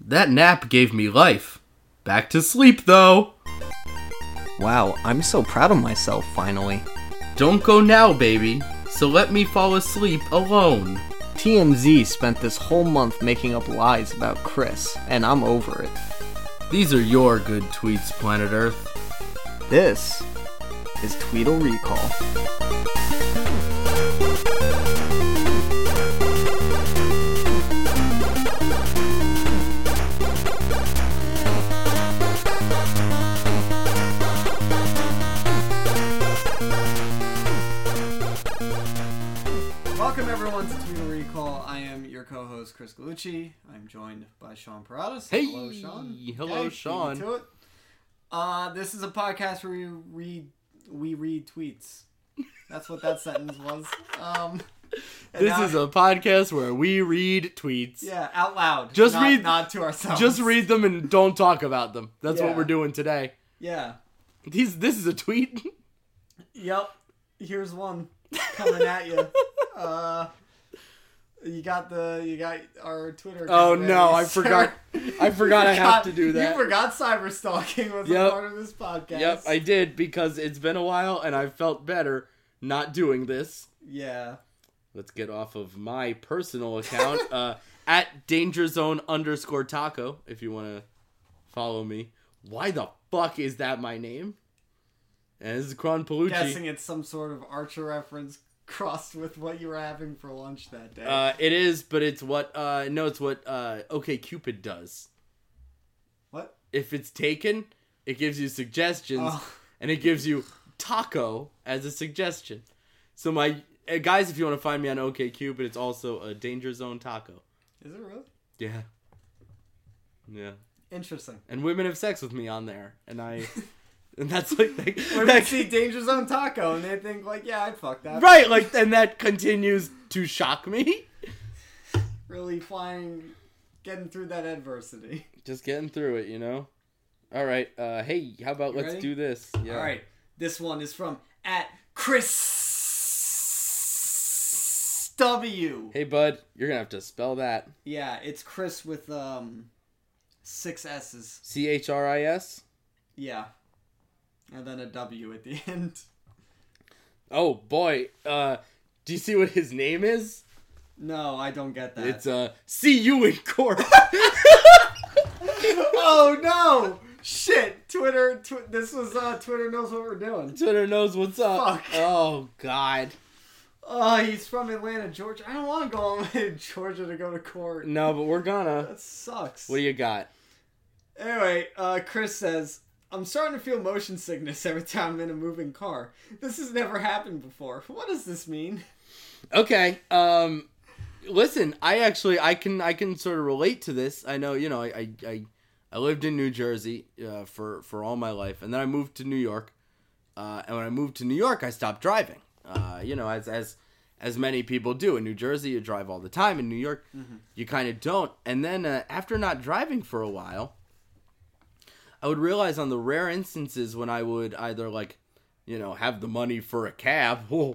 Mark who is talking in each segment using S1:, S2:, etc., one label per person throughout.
S1: That nap gave me life. Back to sleep, though.
S2: Wow, I'm so proud of myself finally.
S1: Don't go now, baby. So let me fall asleep alone.
S2: TMZ spent this whole month making up lies about Chris, and I'm over it.
S1: These are your good tweets, Planet Earth.
S2: This is Tweedle Recall. Welcome everyone to Tweedle Recall. I am your co-host Chris Galucci. I'm joined by Sean Paradas.
S1: Hey!
S2: hello Sean.
S1: Hello,
S2: beat me
S1: Sean.
S2: to it. Uh, this is a podcast where we read we read tweets. That's what that sentence was. Um, and
S1: This
S2: now-
S1: is a podcast where we read tweets.
S2: yeah out loud.
S1: Just
S2: not-
S1: read-
S2: not to ourselves.
S1: Just read them and don't talk about them. That's
S2: Yeah.
S1: what we're doing today.
S2: Yeah.
S1: These, this is a tweet.
S2: Yep. Here's one coming at you. Uh, you got the you got our Twitter.
S1: Oh
S2: account
S1: no,
S2: ready,
S1: I
S2: so-
S1: forgot. I forgot I have
S2: Forgot-
S1: to do that.
S2: You forgot cyber stalking was
S1: Yep.
S2: a part of this podcast.
S1: Yep, I did because it's been a while and I felt better not doing this.
S2: yeah.
S1: Let's get off of my personal account uh, at dangerzone underscore taco if you want to follow me. Why the fuck is that my name? And this is Kron Palucci.
S2: Guessing it's some sort of Archer reference crossed with what you were having for lunch that day.
S1: Uh, it is, but it's what uh, no, it's what uh, OK Cupid does.
S2: what?
S1: If it's taken, it gives you suggestions,
S2: Oh.
S1: and it gives you taco as a suggestion. So my uh, guys, if you want to find me on OK Cupid, it's also a Danger Zone Taco.
S2: Is it really?
S1: Yeah, yeah.
S2: Interesting.
S1: and women have sex with me on there, and I, and that's like, like
S2: Women
S1: that-
S2: see Danger Zone Taco and they think like, yeah, I fucked that.
S1: right, like, and that continues to shock me.
S2: Really flying, getting through that adversity.
S1: Just getting through it, you know. All right, uh, hey, how about let's
S2: ready?
S1: do this? Yeah.
S2: All right, this one is from at Chris W.
S1: Hey, bud, you're gonna have to spell that
S2: Yeah, it's Chris with um six S's.
S1: C H R I S.
S2: Yeah, and then a W at the end.
S1: Oh boy, uh, do you see what his name is?
S2: No, I don't get that.
S1: It's uh, see you in court.
S2: oh no! Shit! Twitter, tw- this was uh, Twitter knows what we're doing.
S1: Twitter knows what's up.
S2: Fuck.
S1: Oh god.
S2: Oh, he's from Atlanta, Georgia. I don't want to go all the way to Georgia to go to court.
S1: No, but we're gonna.
S2: That sucks.
S1: What do you got?
S2: Anyway, uh, Chris says, I'm starting to feel motion sickness every time I'm in a moving car. This has never happened before. What does this mean?
S1: Okay. Um listen, I actually I can I can sort of relate to this. I know, you know, I I I, I lived in New Jersey uh, for for all my life and then I moved to New York. Uh, and when I moved to New York, I stopped driving. Uh, you know, as as as many people do in New Jersey, you drive all the time. In New York, you kind of don't. And then uh, after not driving for a while, I would realize on the rare instances when I would either like, you know, have the money for a cab, oh,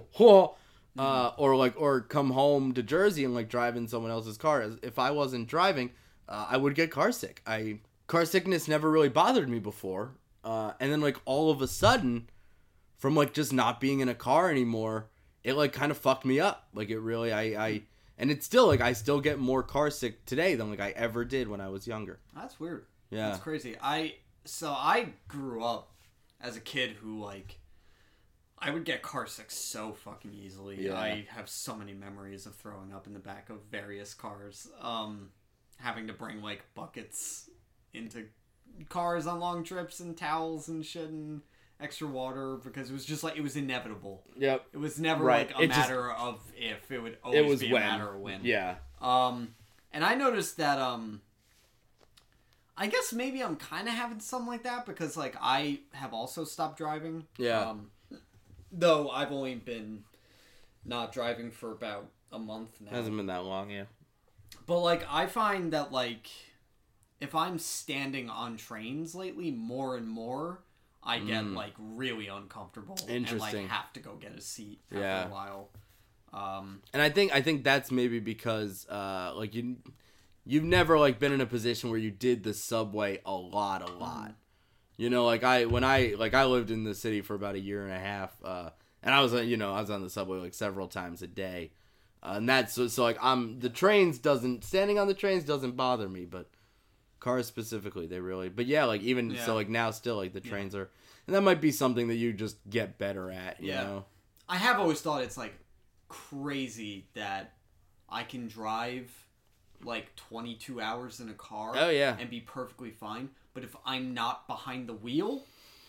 S1: uh, or like, or come home to Jersey and like drive in someone else's car. As- If I wasn't driving, uh, I would get car sick. I car sickness never really bothered me before, uh, and then like all of a sudden, from like just not being in a car anymore, it like kind of fucked me up. Like it really, I, I, and it's still like I still get more car sick today than like I ever did when I was younger.
S2: That's weird.
S1: Yeah.
S2: That's crazy. I so I grew up as a kid who like I would get car sick so fucking easily.
S1: Yeah.
S2: I have so many memories of throwing up in the back of various cars. Um having to bring like buckets into cars on long trips and towels and shit and extra water because it was just like it was inevitable.
S1: Yep.
S2: It was never
S1: Right.
S2: like a
S1: It just-
S2: matter of if. It would always be a matter of when.
S1: Yeah.
S2: Um, and I noticed that. Um, I guess maybe I'm kind of having something like that because like I have also stopped driving.
S1: Yeah.
S2: Um, though I've only been not driving for about a month now.
S1: Hasn't been that long, yeah.
S2: But like I find that like if I'm standing on trains lately more and more, I get like really uncomfortable and like
S1: Mm. Interesting.
S2: have to go get a seat after
S1: Yeah.
S2: a while. Um,
S1: And I think I think that's maybe because uh like you you've never like been in a position where you did the subway a lot,
S2: Mm.
S1: a lot. You know, like I when I like I lived in the city for about a year and a half, uh, and I was uh, you know I was on the subway like several times a day, uh, and that's so, so like I'm the trains doesn't standing on the trains doesn't bother me, but cars specifically they really. But yeah, like even
S2: Yeah.
S1: so like now still like the trains are, and that might be something that you just get better at. You
S2: Yeah.
S1: know,
S2: I have always thought it's like crazy that I can drive like 22 hours in a car
S1: Oh, yeah.
S2: and be perfectly fine, but if I'm not behind the wheel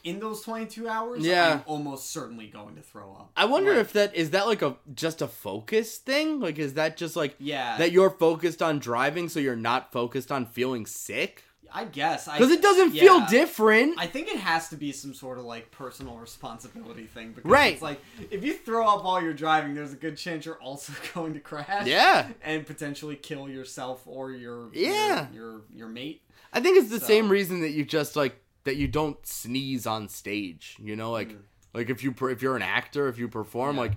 S2: in those 22 hours,
S1: Yeah.
S2: I'm almost certainly going to throw up.
S1: I wonder
S2: Like,
S1: if that is that like a just a focus thing. Like is that just like
S2: yeah,
S1: that you're focused on driving, so you're not focused on feeling sick?
S2: I guess I
S1: Because it doesn't
S2: yeah.
S1: feel different.
S2: I think it has to be some sort of like personal responsibility thing because
S1: Right.
S2: it's like if you throw up while you're driving, there's a good chance you're also going to crash.
S1: Yeah.
S2: And potentially kill yourself or your
S1: Yeah.
S2: your your, your mate.
S1: I think it's the
S2: So-
S1: same reason that you just like that you don't sneeze on stage. You know, like like if you per- if you're an actor, if you perform,
S2: Mm. Yeah.
S1: like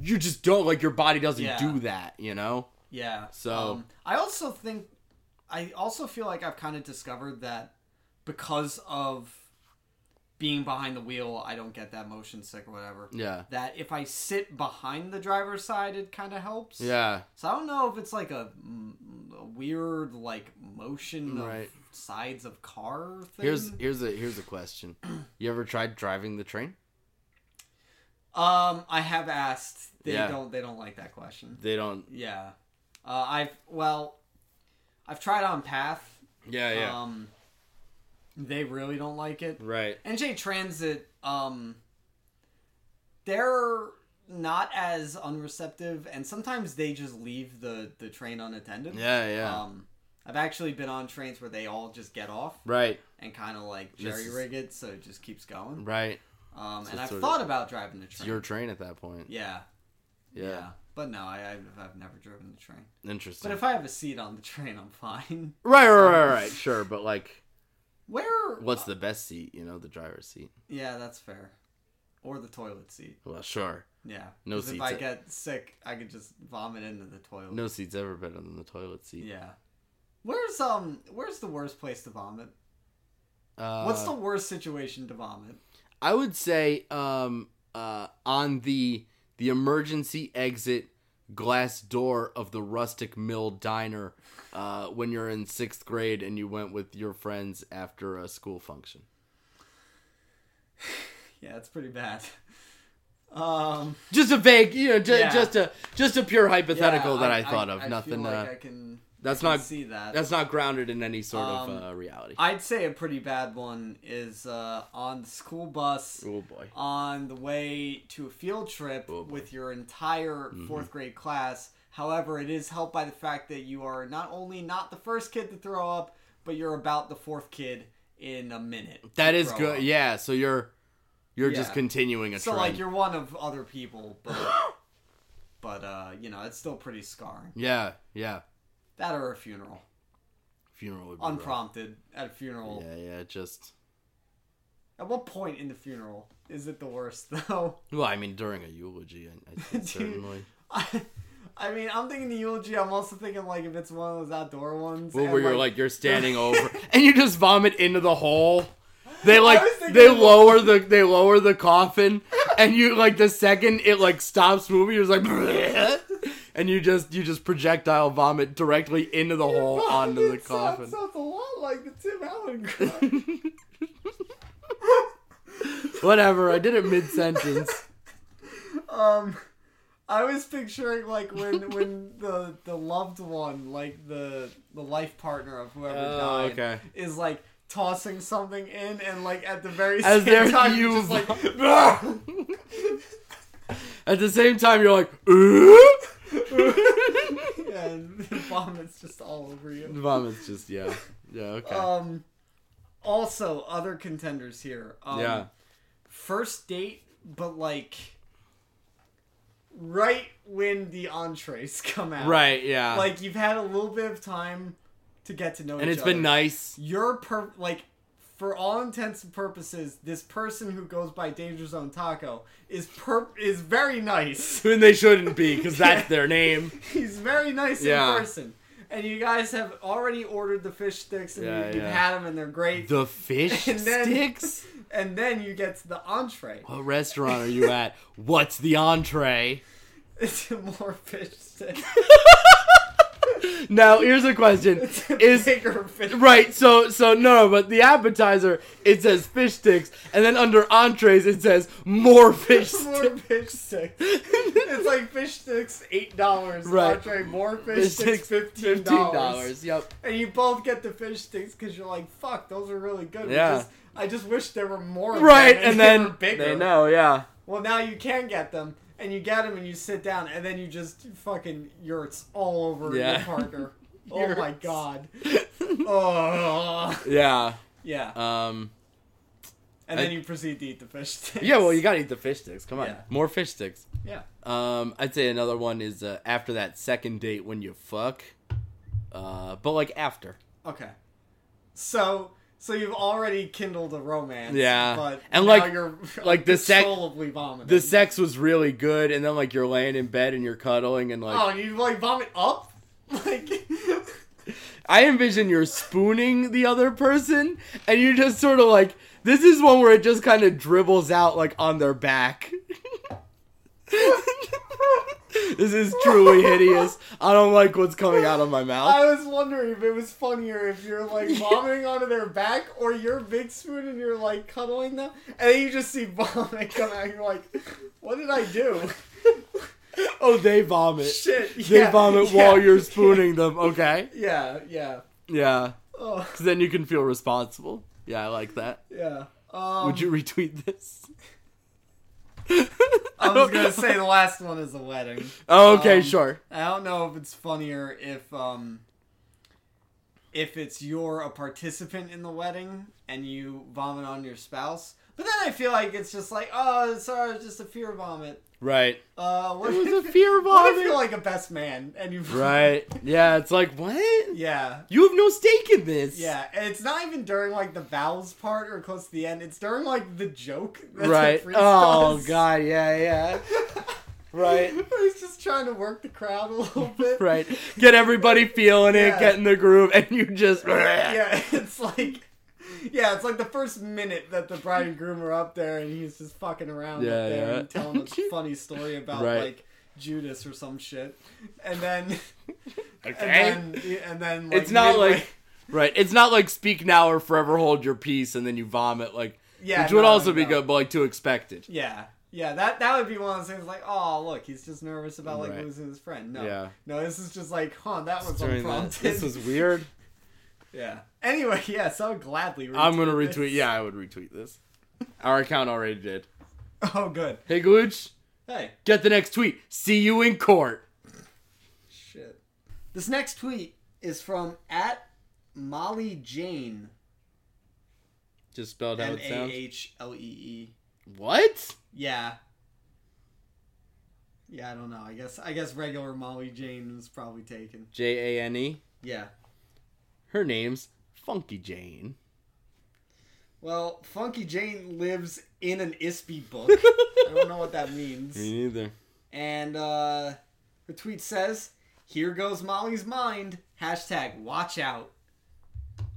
S1: you just don't like your body doesn't
S2: Yeah.
S1: do that. You know,
S2: Yeah.
S1: So-
S2: um, I also think I also feel like I've kind of discovered that because of being behind the wheel, I don't get that motion sick or whatever.
S1: yeah,
S2: That if I sit behind the driver's side, it kind of helps.
S1: yeah,
S2: So I don't know if it's like a, mm, a weird like motion
S1: Right.
S2: of sides of car thing.
S1: Here's here's a here's a question. You ever tried driving the train?
S2: um I have asked they
S1: Yeah.
S2: don't they don't like that question.
S1: They don't.
S2: Yeah. Uh, I've well I've tried on path.
S1: Yeah,
S2: Um they really don't like it.
S1: right.
S2: NJ Transit um they're not as unreceptive and sometimes they just leave the the train unattended.
S1: Yeah, yeah.
S2: Um I've actually been on trains where they all just get off.
S1: right,
S2: and kind of like
S1: This
S2: jerry
S1: is-
S2: rig it so it just keeps going.
S1: right.
S2: Um,
S1: So it's
S2: and I've
S1: sort
S2: thought about driving the
S1: It's
S2: train.
S1: your train at that point.
S2: Yeah, yeah,
S1: Yeah,
S2: But no, I, I've, I've never driven the train.
S1: interesting.
S2: But if I have a seat on the train, I'm fine.
S1: right, right, right, right. Sure, but like.
S2: Where?
S1: What's the best seat? You know, the driver's seat.
S2: Yeah, that's fair. Or the toilet seat.
S1: Well, sure.
S2: Yeah.
S1: No
S2: 'Cause If
S1: seats.
S2: I get sick, I could just vomit into the toilet.
S1: No seat's ever better than the toilet seat.
S2: Yeah. Where's um? Where's the worst place to vomit?
S1: Uh,
S2: What's the worst situation to vomit?
S1: I would say um, uh, on the the emergency exit glass door of the rustic mill diner uh, when you're in sixth grade and you went with your friends after a school function.
S2: Yeah, it's pretty bad. Um.
S1: Just a vague, you know, ju-
S2: Yeah.
S1: just a just a pure hypothetical
S2: yeah,
S1: that I, thought of.
S2: I
S1: Nothing.
S2: Feel like
S1: uh,
S2: I can.
S1: that's
S2: I
S1: not
S2: can see that.
S1: that's not grounded in any sort
S2: Um,
S1: of uh, reality.
S2: I'd say a pretty bad one is uh, on the school bus
S1: oh boy.
S2: on the way to a field trip
S1: Oh, boy.
S2: with your entire
S1: Mm-hmm.
S2: fourth grade class. However, it is helped by the fact that you are not only not the first kid to throw up, but you're about the fourth kid in a minute. to
S1: That is
S2: throw
S1: good.
S2: up.
S1: Yeah, so you're you're just
S2: Yeah.
S1: continuing a
S2: So
S1: trend.
S2: like you're one of other people, but but uh, you know it's still pretty scarring.
S1: yeah, yeah.
S2: That or a funeral,
S1: Funeral would be rough.
S2: unprompted at a funeral.
S1: Yeah, yeah, just
S2: At what point in the funeral is it the worst though?
S1: well, I mean during a eulogy, I, I think
S2: Dude.
S1: certainly.
S2: I, I mean, I'm thinking the eulogy. I'm also thinking like if it's one of those outdoor ones.
S1: Well,
S2: and,
S1: where you're like you're standing over and you just vomit into the hole. They like
S2: was thinking
S1: they
S2: of-
S1: lower the they lower the coffin and you like the second it like stops moving, you're just like and you just you just projectile vomit directly into the hole
S2: Fuck,
S1: onto the
S2: it sounds-
S1: coffin.
S2: Sounds a lot like the Tim Allen cry.
S1: Whatever, I did it mid sentence.
S2: um, I was picturing like when when the the loved one, like the the life partner of whoever
S1: Oh,
S2: died,
S1: okay.
S2: is like tossing something in, and like at the very
S1: As
S2: same
S1: they're-
S2: time,
S1: you-
S2: you just like. "Bruh!"
S1: At the same time, you're like, "Uh?" "Oop."
S2: and vomits just all over you.
S1: vomit's just yeah, yeah, okay,
S2: Um, also, other contenders here. Um,
S1: yeah,
S2: First date, but like right when the entrees come out.
S1: right, yeah,
S2: Like you've had a little bit of time to get to know
S1: and
S2: each
S1: it's been
S2: other.
S1: nice,
S2: You're per- like, for all intents and purposes, this person who goes by Danger Zone Taco is per- is very nice.
S1: and they shouldn't be because that's their name.
S2: He's very nice
S1: Yeah.
S2: in person. and you guys have already ordered the fish sticks, and
S1: Yeah,
S2: you, you've
S1: yeah.
S2: had them, and they're great.
S1: The fish
S2: And then-
S1: sticks?
S2: and then you get to the entree.
S1: What restaurant are you at? What's the entree?
S2: It's more fish sticks.
S1: Now, here's a question.
S2: It's a
S1: Is
S2: bigger fish.
S1: Right, so so no, but the appetizer it says fish sticks, and then under entrees it says more fish
S2: It's
S1: sticks.
S2: more fish sticks. it's like fish sticks, eight dollars.
S1: Right.
S2: Entree, more fish, sticks, fifteen dollars.
S1: $15, Yep.
S2: And you both get the fish sticks because you're like, "Fuck, those are really good." We
S1: Yeah.
S2: just- I just wish there were more. of
S1: Right,
S2: them
S1: and
S2: they
S1: then
S2: were bigger.
S1: they know, yeah.
S2: Well, now you can get them, and you get them, and you sit down, and then you just fucking yurts all over
S1: Yeah.
S2: your partner. oh my
S1: Yurts.
S2: god. Oh.
S1: yeah.
S2: Yeah.
S1: Um.
S2: And
S1: I-
S2: then you proceed to eat the fish sticks.
S1: Yeah. Well, you gotta eat the fish sticks. Come on,
S2: Yeah.
S1: more fish sticks.
S2: Yeah.
S1: Um. I'd say another one is uh, after that second date when you fuck. Uh. But like after.
S2: Okay. So so you've already kindled a romance.
S1: Yeah.
S2: But
S1: And,
S2: now
S1: like-
S2: you're
S1: like the sec-
S2: uncontrollably vomiting.
S1: The sex was really good, and then like you're laying in bed and you're cuddling, and like
S2: oh, you like vomit up? Like
S1: I envision you're spooning the other person, and you just sort of like this is one where it just kind of dribbles out like on their back. this is truly hideous. I don't like what's coming out of my mouth.
S2: I was wondering if it was funnier if you're like vomiting onto their back or you're big spoon and you're like cuddling them and then you just see vomit come out and you're like, What did I do?
S1: Oh, they vomit.
S2: Shit.
S1: They
S2: yeah,
S1: vomit
S2: yeah,
S1: while you're spooning them. Okay.
S2: Yeah, yeah.
S1: Yeah.
S2: Oh
S1: Because then you can feel responsible. Yeah, I like that.
S2: yeah. Um,
S1: Would you retweet this?
S2: Um, I was gonna say the last one is the wedding.
S1: Oh, okay,
S2: um,
S1: sure.
S2: I don't know if it's funnier if um if it's you're a participant in the wedding and you vomit on your spouse. But then I feel like it's just like, oh, sorry, it's just a fear vomit.
S1: Right.
S2: Uh, what
S1: It was a
S2: if-
S1: fear
S2: What if
S1: vomit.
S2: you're like a best man and you
S1: Right. Yeah, it's like, what?
S2: Yeah.
S1: You have no stake in this.
S2: Yeah, and it's not even during like the vows part or close to the end. It's during like the joke. That's
S1: right.
S2: What Priest
S1: Oh
S2: does.
S1: god, yeah, yeah. right.
S2: He's just trying to work the crowd a little bit.
S1: Right. Get everybody feeling it,
S2: Yeah.
S1: get in the groove, and you just
S2: yeah, it's like, yeah, it's like the first minute that the bride and groom are up there, and he's just fucking around
S1: Yeah,
S2: up there
S1: yeah.
S2: and telling a funny story about
S1: Right.
S2: like Judas or some shit, and then,
S1: Okay.
S2: and then, and then like,
S1: it's not
S2: midway-
S1: like Right. It's not like speak now or forever hold your peace and then you vomit like
S2: Yeah,
S1: which would
S2: no,
S1: also be
S2: no.
S1: good, but like too expected.
S2: yeah. Yeah, that that would be one of those things like, oh, look, he's just nervous about like
S1: Right.
S2: losing his friend. No,
S1: Yeah.
S2: no, this is just like, huh, that was
S1: During that.
S2: unprompted.
S1: This was weird.
S2: yeah. Anyway, yeah, so I'll gladly. Retweet
S1: I'm gonna
S2: this.
S1: retweet yeah, I would retweet this. Our account already did.
S2: Oh, good.
S1: Hey Glooch,
S2: Hey,
S1: get the next tweet. See you in court.
S2: Shit. This next tweet is from at Molly Jane.
S1: Just spelled how
S2: M
S1: it
S2: A
S1: sounds.
S2: H L E E.
S1: What?
S2: Yeah. Yeah, I don't know. I guess I guess regular Molly Jane was probably taken.
S1: J A N E.
S2: Yeah.
S1: Her name's Funky Jane.
S2: Well, Funky Jane lives in an ISPY book. I don't know what that means.
S1: neither.
S2: And uh the tweet says, "Here goes Molly's mind." Hashtag watch out.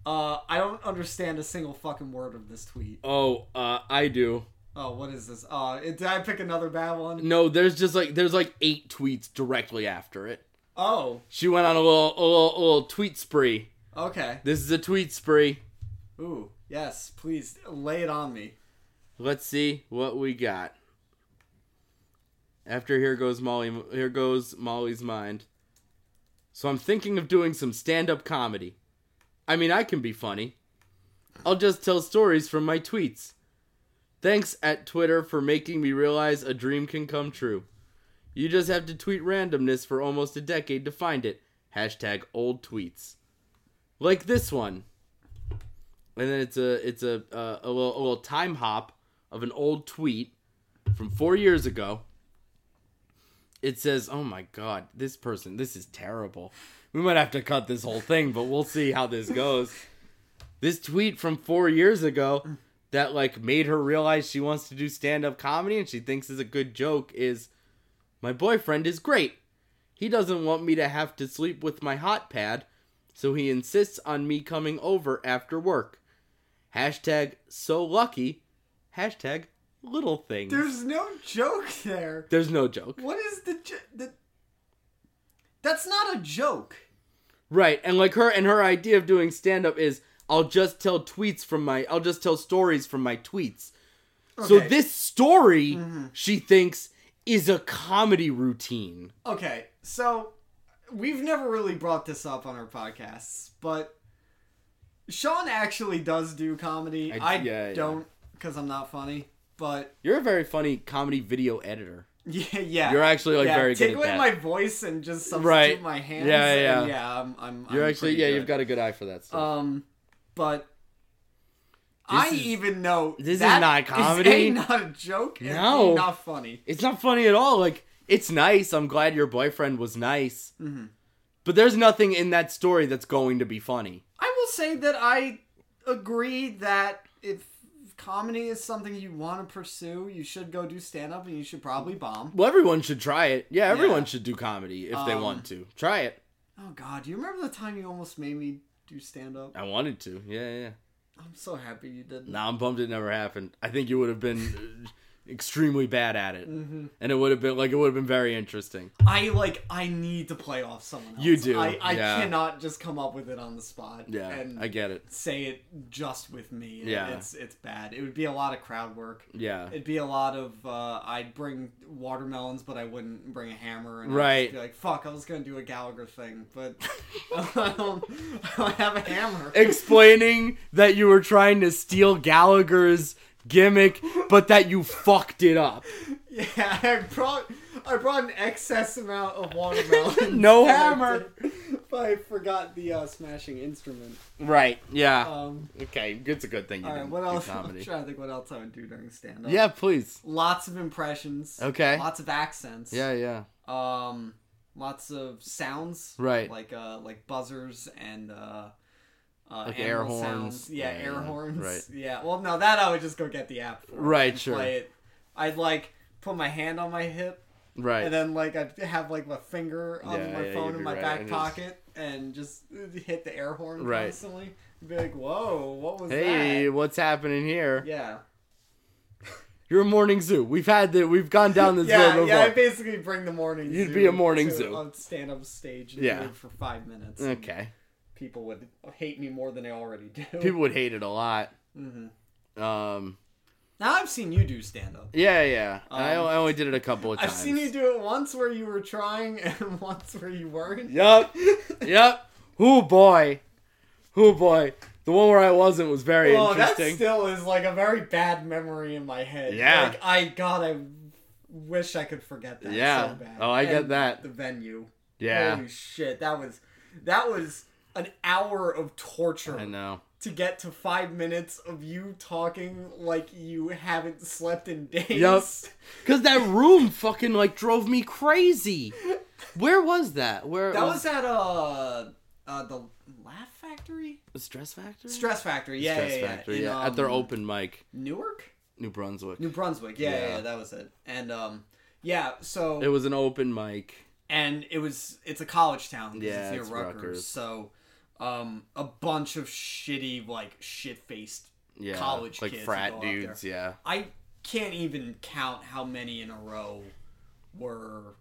S2: Uh, I don't understand a single fucking word of this tweet.
S1: Oh, uh, I do.
S2: Oh, what is this? Oh, it, did I pick another bad one?
S1: No, there's just like there's like eight tweets directly after it.
S2: Oh,
S1: She went on a little a little, a little tweet spree.
S2: okay.
S1: This is a tweet spree.
S2: Ooh, yes, please lay it on me.
S1: Let's see what we got. After here goes Molly here goes Molly's mind. So I'm thinking of doing some stand-up comedy. I mean, I can be funny. I'll just tell stories from my tweets. Thanks at Twitter for making me realize a dream can come true. You just have to tweet randomness for almost a decade to find it. Hashtag old tweets. Like this one. And then it's a it's a uh, a, little, a little time hop of an old tweet from four years ago. It says, "Oh my God, this person, this is terrible. We might have to cut this whole thing, but we'll see how this goes." This tweet from four years ago that like made her realize she wants to do stand up comedy and she thinks is a good joke is, "My boyfriend is great. He doesn't want me to have to sleep with my hot pad, so he insists on me coming over after work. Hashtag so lucky. Hashtag little things.
S2: There's no joke there.
S1: There's no joke.
S2: What is the, jo- the That's not a joke.
S1: Right, and like her and her idea of doing stand up is I'll just tell tweets from my I'll just tell stories from my tweets. So
S2: Okay. Mm-hmm.
S1: this story she thinks is a comedy routine.
S2: Okay, so we've never really brought this up on our podcasts, but Sean actually does do comedy.
S1: I-
S2: I,
S1: yeah, yeah.
S2: don't because I'm not funny, but
S1: You're a very funny comedy video editor.
S2: yeah, yeah.
S1: You're actually like
S2: yeah,
S1: very
S2: take
S1: good
S2: away
S1: at that.
S2: my voice and just substitute
S1: Right.
S2: my hands.
S1: Yeah, yeah,
S2: and
S1: yeah.
S2: yeah. I'm, I'm.
S1: You're
S2: I'm
S1: actually
S2: pretty
S1: yeah,
S2: good.
S1: you've got a good eye for that stuff.
S2: Um, but I
S1: is-
S2: even know
S1: this is
S2: that
S1: not comedy.
S2: A, not a joke. and
S1: No.
S2: B, not funny.
S1: it's not funny at all. Like it's nice. I'm glad your boyfriend was nice.
S2: Mhm.
S1: But there's nothing in that story that's going to be funny.
S2: I will say that I agree that if comedy is something you want to pursue, you should go do stand up and you should probably bomb.
S1: Well, everyone should try it. Yeah, everyone
S2: Yeah.
S1: should do comedy if they
S2: Um,
S1: want to. Try it.
S2: Oh God, you remember the time you almost made me do stand up?
S1: I wanted to. Yeah, yeah. yeah.
S2: I'm so happy you didn't.
S1: Nah, I'm bummed it never happened. I think you would have been uh, extremely bad at it,
S2: Mhm.
S1: and it would have been like it would have been very interesting.
S2: I like I need to play off someone else.
S1: You do,
S2: I, I
S1: yeah.
S2: cannot just come up with it on the spot.
S1: Yeah,
S2: and
S1: I get it.
S2: say it just with me.
S1: Yeah.
S2: It's it's bad. It would be a lot of crowd work.
S1: Yeah,
S2: It'd be a lot of uh, I'd bring watermelons, but I wouldn't bring a hammer. And I'd
S1: Right.
S2: just be like, fuck, I was gonna do a Gallagher thing, but I don't, I don't have a hammer.
S1: explaining that you were trying to steal Gallagher's gimmick, but that you fucked it up.
S2: yeah, I brought I brought an excess amount of watermelons.
S1: No
S2: and I
S1: hammer.
S2: did- But I forgot the uh, smashing instrument.
S1: Right. Yeah.
S2: Um,
S1: okay. It's a good thing you
S2: all right,
S1: didn't
S2: what
S1: do
S2: else? I'm
S1: comedy.
S2: trying to think what else I would do during stand up.
S1: Yeah, please.
S2: Lots of impressions.
S1: Okay.
S2: Lots of accents.
S1: Yeah, yeah.
S2: um lots of sounds
S1: Right.
S2: like uh like buzzers and uh uh,
S1: Like air
S2: animal
S1: horns.
S2: sounds. Yeah,
S1: Yeah,
S2: air
S1: yeah,
S2: horns.
S1: right.
S2: Yeah. Well, no, that I would just go get the app. For
S1: Right,
S2: and
S1: sure.
S2: Play it. I'd like put my hand on my hip,
S1: Right.
S2: and then like I'd have like my finger on
S1: Yeah,
S2: my
S1: yeah, you'd
S2: phone in
S1: be
S2: my
S1: right,
S2: back
S1: and just-
S2: pocket, and just hit the air horn
S1: Right.
S2: constantly. Be like, whoa, what was
S1: hey,
S2: that?
S1: what's happening here?
S2: Yeah.
S1: You're a morning zoo. We've had the we've gone down this road
S2: Yeah,
S1: before.
S2: yeah. I basically bring the morning.
S1: You'd
S2: zoo
S1: be a morning
S2: to
S1: zoo.
S2: on stand up stage. And
S1: Yeah.
S2: yeah, for five minutes.
S1: okay.
S2: people would hate me more than they already do.
S1: People would hate it a lot.
S2: Mhm.
S1: Um.
S2: Now I've seen you do stand up.
S1: Yeah, yeah. I,
S2: Um,
S1: I only did it a couple of
S2: I've
S1: times.
S2: seen you do it once where you were trying and once where you weren't.
S1: Yup. Yup. Oh boy. Oh boy. The one where I wasn't was very
S2: Well, Oh, that
S1: interesting.
S2: still is like a very bad memory in my head.
S1: Yeah.
S2: Like I God, I wish I could forget that.
S1: Yeah.
S2: So bad.
S1: Oh, I get
S2: And
S1: that.
S2: The venue.
S1: yeah.
S2: Holy shit, that was that was an hour of torture.
S1: I know.
S2: to get to five minutes of you talking like you haven't slept in days.
S1: Yup. Cause that room fucking like drove me crazy. Where was that? Where
S2: That was at uh, uh the Laugh Factory,
S1: Stress Factory.
S2: Stress Factory. Yeah,
S1: Stress
S2: yeah, yeah.
S1: Factory.
S2: In,
S1: yeah. At their
S2: um,
S1: open mic,
S2: Newark,
S1: New Brunswick.
S2: New Brunswick. Yeah, yeah,
S1: Yeah.
S2: yeah, that was it. And um, yeah. So
S1: It was an open mic.
S2: and it was it's a college town. 'cause
S1: Yeah,
S2: it's near
S1: it's
S2: Rutgers.
S1: Rutgers.
S2: So, um, a bunch of shitty like shit faced.
S1: Yeah.
S2: College
S1: like
S2: kids
S1: frat
S2: would go out there.
S1: dudes. Yeah.
S2: I can't even count how many in a row were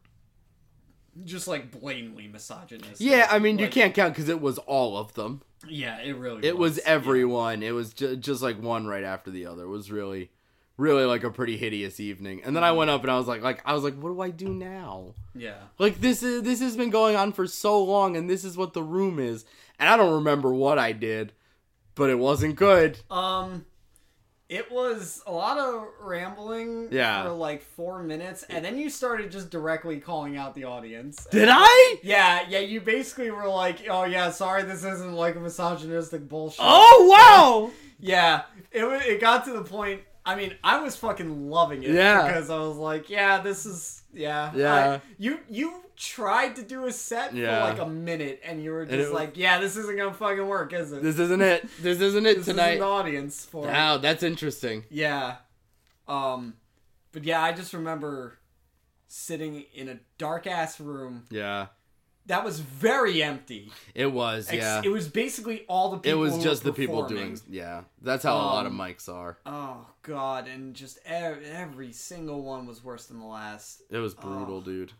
S2: just like blatantly misogynist.
S1: Yeah. I mean, you
S2: Like,
S1: can't count because it was all of them.
S2: Yeah, it really.
S1: It was
S2: was
S1: everyone. It was ju- just like one right after the other. It was really, really like a pretty hideous evening. And then I went up and I was like, like I was like, what do I do now?
S2: Yeah.
S1: Like this is this has been going on for so long, and this is what the room is. And I don't remember what I did, but it wasn't good.
S2: Um, it was a lot of rambling
S1: Yeah.
S2: for like four minutes, and then you started just directly calling out the audience.
S1: Did I?
S2: Yeah, yeah. You basically were like, "Oh yeah, sorry, this isn't like misogynistic bullshit."
S1: Oh wow!
S2: yeah. It wa- it got to the point. I mean, I was fucking loving it.
S1: Yeah.
S2: because I was like, "Yeah, this is yeah,
S1: Yeah.
S2: I- you you tried to do a set
S1: Yeah.
S2: for like a minute, and you were
S1: it was-
S2: just like, "Yeah, this isn't gonna fucking work, is it?"
S1: This isn't it. This isn't it
S2: This is
S1: tonight.
S2: an audience for it.
S1: Wow, that's interesting.
S2: Yeah. Um but yeah, I just remember sitting in a dark ass room
S1: Yeah,
S2: that was very empty.
S1: It was,
S2: Ex-
S1: yeah.
S2: It was basically all the people.
S1: It was
S2: who were
S1: just the people
S2: performing.
S1: doing. Yeah, that's how a lot of
S2: Um,
S1: mics are.
S2: Oh god, and just ev- every single one was worse than the last.
S1: It was brutal, dude.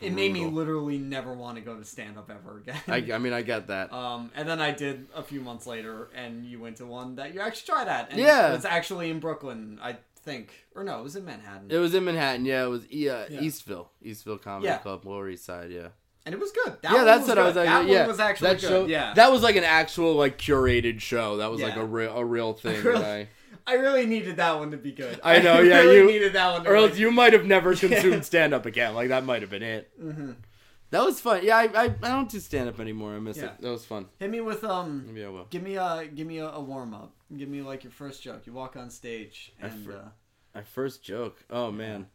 S2: It made me
S1: Brutal.
S2: literally never want to go to stand up ever again.
S1: I, I mean, I get that.
S2: um, and then I did a few months later, and you went to one that you actually tried at. And
S1: Yeah.
S2: it was actually in Brooklyn, I think, or no, it was in Manhattan,
S1: It was in Manhattan. Yeah, it was e- uh,
S2: Yeah.
S1: Eastville, Eastville Comedy
S2: Yeah.
S1: Club, Lower East Side. Yeah,
S2: and it was good. That
S1: yeah,
S2: one
S1: that's
S2: was
S1: what
S2: good.
S1: I was. Like,
S2: that
S1: yeah,
S2: one was actually
S1: that
S2: good.
S1: show-
S2: yeah,
S1: that was like an actual like curated show. That was like
S2: Yeah.
S1: a real a real thing.
S2: Really?
S1: that I,
S2: I really needed that one to be good.
S1: I know, yeah,
S2: really
S1: you-
S2: needed that one. To
S1: or
S2: really-
S1: else you might have never consumed stand up again. Like that might have been it.
S2: Mhm.
S1: That was fun. Yeah, I I, I don't do stand up anymore. I miss
S2: Yeah.
S1: it. That was fun.
S2: Hit me with um.
S1: Maybe I will.
S2: Give me a give me a, a warm up. Give me like your first joke. You walk on stage
S1: I
S2: and
S1: fr-
S2: uh,
S1: My first joke. Oh man,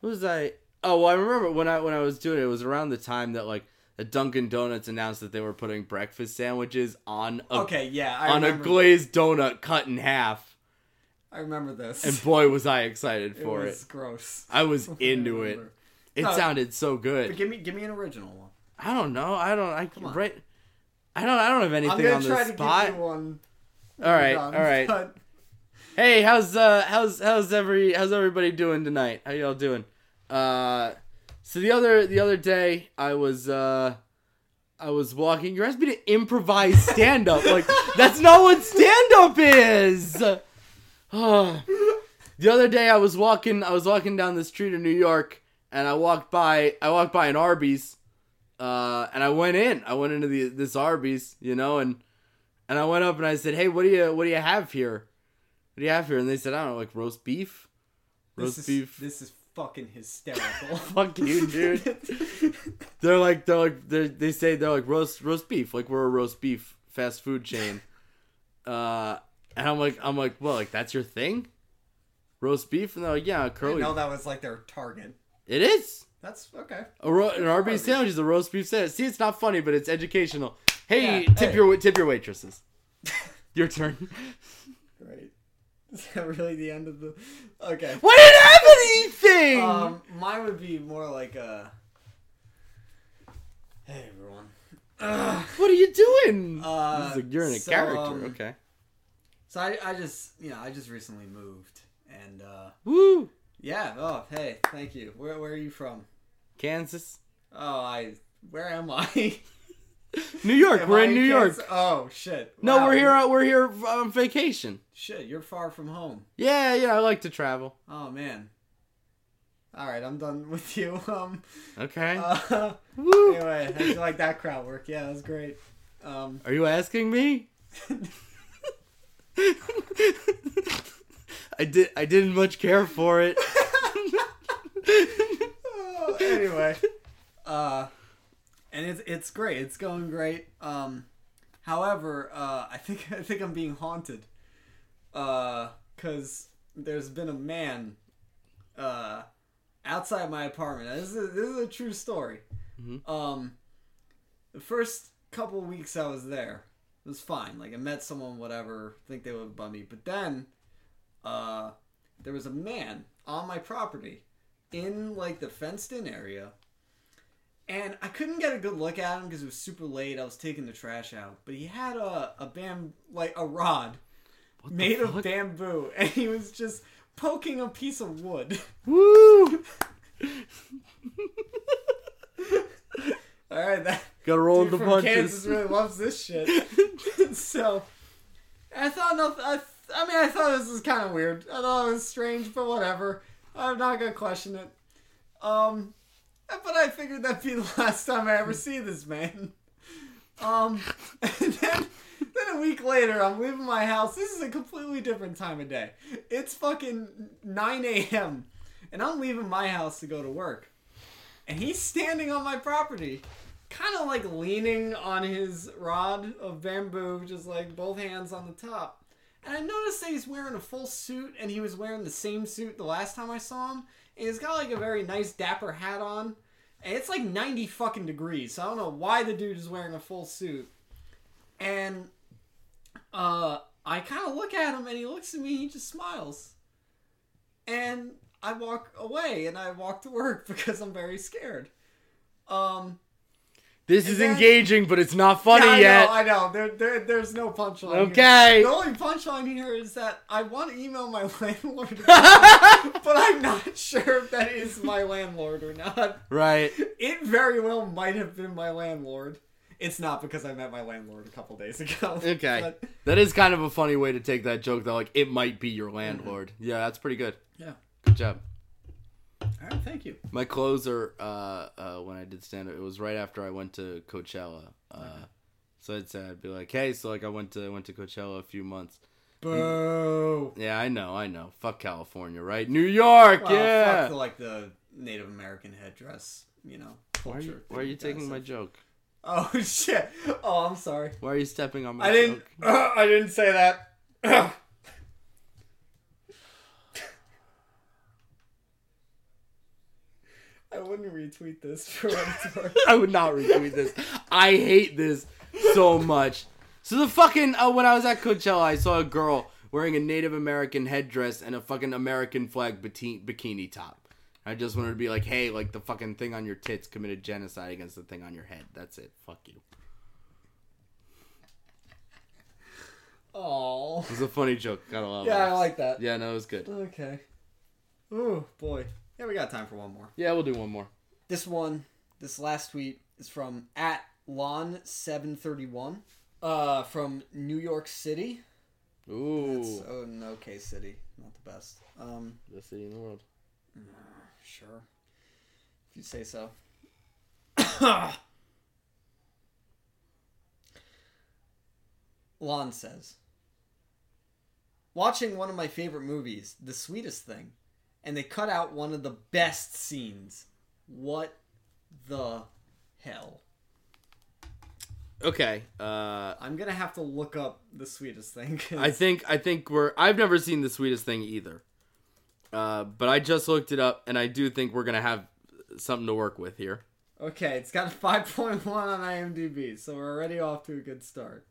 S1: what was I? Oh, well, I remember when I when I was doing it. It was around the time that like the Dunkin' Donuts announced that they were putting breakfast sandwiches on a
S2: okay, yeah, I
S1: on
S2: remember.
S1: a glazed donut cut in half,
S2: I remember this.
S1: and boy was I excited
S2: it
S1: for it.
S2: was gross.
S1: I was
S2: I
S1: into it.
S2: remember.
S1: It
S2: No.
S1: sounded so
S2: But
S1: good.
S2: give me give me an original one.
S1: I don't know. I don't. I
S2: on.
S1: right. I don't. I don't have anything
S2: I'm
S1: on
S2: gonna try
S1: the
S2: to
S1: spot.
S2: give you one.
S1: All right.
S2: done,
S1: all right.
S2: but
S1: Hey, how's uh how's how's every how's everybody doing tonight? How y'all doing? Uh so the other the other day I was uh I was walking. You asked me to improvise stand up. like that's not what stand up is. Ah. the other day I was walking I was walking down the street in New York and I walked by I walked by an Arby's uh and I went in. I went into the this Arby's, you know, and and I went up and I said, "Hey, what do you what do you have here?" what do you have here? And they said, I don't know, like roast beef?
S2: this
S1: Roast
S2: is,
S1: beef.
S2: This is fucking hysterical.
S1: Fuck you, dude. They're like, they're like, they're, they say they're like roast, roast beef. Like we're a roast beef fast food chain. uh, and I'm like, I'm like, well, like that's your thing? Roast beef? And they're like, yeah, curly.
S2: no, that was like their target.
S1: It is.
S2: That's okay.
S1: A ro- an Arby's
S2: Arby's.
S1: sandwich is a roast beef sandwich. See, it's not funny, but it's educational. Hey,
S2: Yeah,
S1: tip
S2: hey.
S1: your your tip your waitresses. Your turn.
S2: Great. Is that really the end of the? Okay.
S1: what didn't have anything?
S2: Um, mine would be more like a. Hey everyone. Ugh.
S1: What are you doing?
S2: Uh,
S1: This is like- you're in a
S2: so,
S1: character.
S2: um,
S1: okay.
S2: So I, I just you know I just recently moved and uh,
S1: Woo!
S2: yeah oh hey thank you where where are you from
S1: Kansas.
S2: oh I where am I
S1: New York.
S2: Am
S1: we're
S2: I
S1: in New York.
S2: Kansas? oh shit
S1: No,
S2: Wow.
S1: we're here. We're here on vacation.
S2: shit you're far from home
S1: Yeah, yeah. I like to travel.
S2: oh man all right I'm done with you um
S1: Okay.
S2: uh,
S1: Woo!
S2: anyway how'd you like that crowd work yeah that was great um
S1: Are you asking me? I did. I didn't much care for it.
S2: Oh, anyway, uh, and it's it's great. It's going great. Um, however, uh, I think I think I'm being haunted. Uh, cause there's been a man, uh, outside my apartment. Now, this is this is a true story. Um, the first couple weeks I was there, it was fine. Like I met someone, whatever. Think they would above me, but then, uh, there was a man on my property in like the fenced in area. And I couldn't get a good look at him because it was super late. I was taking the trash out, but he had a a bam like a rod
S1: What the
S2: made of
S1: fuck?
S2: bamboo, and he was just poking a piece of wood.
S1: Woo!
S2: All right, that
S1: Gotta roll
S2: dude
S1: the
S2: from
S1: punches.
S2: Kansas really loves this shit. so I thought nothing. I, th- I mean, I thought this was kind of weird. I thought it was strange, but whatever. I'm not gonna question it. Um, but I figured that'd be the last time I ever see this man. Um, and then, then a week later, I'm leaving my house. This is a completely different time of day. It's fucking 9 a.m. and I'm leaving my house to go to work, and he's standing on my property kind of like leaning on his rod of bamboo, just like both hands on the top. And I noticed that he's wearing a full suit, and he was wearing the same suit the last time I saw him. And he's got like a very nice dapper hat on, and it's like ninety fucking degrees. So I don't know why the dude is wearing a full suit. And uh, I kind of look at him, and he looks at me. He just smiles, and I walk away, and I walk to work because I'm very scared. Um,
S1: This
S2: And
S1: is
S2: then-
S1: engaging, but it's not funny
S2: yeah,
S1: yet.
S2: I know, I know. There, there, there's no punchline. here.
S1: Okay.
S2: The only punchline here is that I want to email my landlord, but I'm not sure if that is my landlord or not.
S1: Right.
S2: It very well might have been my landlord. It's not because I met my landlord a couple days ago.
S1: Okay.
S2: But,
S1: That is kind of a funny way to take that joke, though. Like, it might be your landlord. Yeah, that's pretty good.
S2: yeah.
S1: Good job.
S2: All right. Thank you.
S1: My closer, uh, uh, when I did stand up, it was right after I went to Coachella. Uh, So I'd say I'd be like, "Hey, so like I went to I went to Coachella a few months.
S2: Boo.
S1: Yeah, I know, I know. Fuck California, right? New York,
S2: Well,
S1: yeah.
S2: Fuck the, like the Native American headdress, you know, culture.
S1: why are you,
S2: thing
S1: why are you
S2: guys
S1: taking my
S2: have.
S1: joke?
S2: Oh shit. Oh, I'm sorry.
S1: Why are you stepping on my
S2: I didn't.
S1: joke?
S2: I didn't say that. I wouldn't retweet this for what it's worth.
S1: I would not retweet this. I hate this so much. So the fucking uh, when I was at Coachella, I saw a girl wearing a Native American headdress and a fucking American flag bati- bikini top. I just wanted to be like, hey, like the fucking thing on your tits committed genocide against the thing on your head. That's it. Fuck you.
S2: Oh.
S1: It was a funny joke. Gotta love.
S2: Yeah, I
S1: laughs.
S2: like that.
S1: Yeah, no, it was good.
S2: Okay. Oh boy. Yeah, we got time for one more.
S1: Yeah, we'll do one more.
S2: This one, this last tweet is from at lon731 uh, from New York City. It's
S1: Ooh,
S2: oh, an okay city, not the best. Um,
S1: the city in the world.
S2: Sure. If you say so. Lon says Watching one of my favorite movies, The Sweetest Thing, and they cut out one of the best scenes. What the hell?
S1: Okay. Uh,
S2: I'm gonna have to look up The Sweetest Thing. 'cause-
S1: I think I think we're. I've never seen the sweetest thing either, uh, but I just looked it up, and I do think we're gonna have something to work with here.
S2: okay, it's got a 5.1 on IMDb, so we're already off to a good start.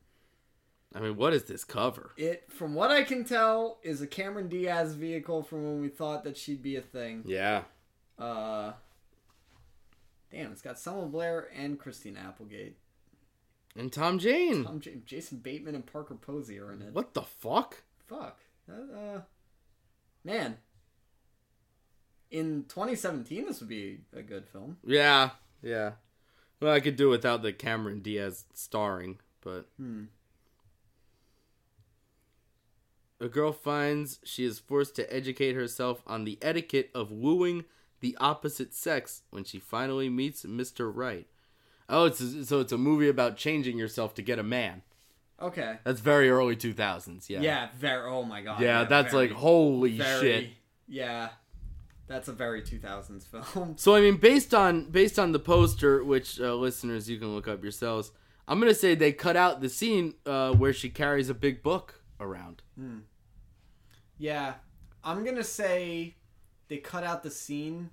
S1: I mean, what is this cover?
S2: It, from what I can tell, is a Cameron Diaz vehicle from when we thought that she'd be a thing.
S1: Yeah,
S2: Uh, damn, it's got Selma Blair and Christina Applegate.
S1: and Tom Jane.
S2: Um, J- Jason Bateman and Parker Posey are in it.
S1: Hmm. What the fuck?
S2: Fuck. That, uh, man. In 2017, this would be a good film.
S1: Yeah, yeah. Well, I could do without the Cameron Diaz starring, but
S2: Hmm.
S1: a girl finds she is forced to educate herself on the etiquette of wooing the opposite sex when she finally meets Mr. Right. Oh, it's a, so it's a movie about changing yourself to get a man.
S2: Okay.
S1: That's very early 2000s, yeah.
S2: Yeah, very. Oh my god.
S1: Yeah, that's
S2: very-
S1: like holy
S2: very-
S1: shit.
S2: Yeah. That's a very 2000s film.
S1: So I mean based on based on the poster which uh, listeners you can look up yourselves, I'm going to say they cut out the scene uh, where she carries a big book around.
S2: Yeah. I'm gonna say they cut out the scene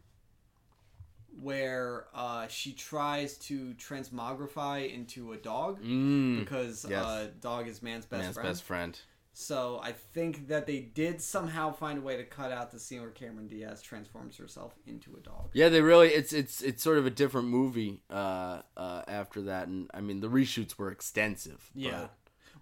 S2: where uh, she tries to transmogrify into a dog
S1: Mm.
S2: because
S1: yes.
S2: uh, dog is man's best
S1: Man's
S2: friend.
S1: best friend.
S2: So I think that they did somehow find a way to cut out the scene where Cameron Diaz transforms herself into a dog.
S1: Yeah, they really it's it's it's sort of a different movie uh, uh, after that, and I mean the reshoots were extensive. but-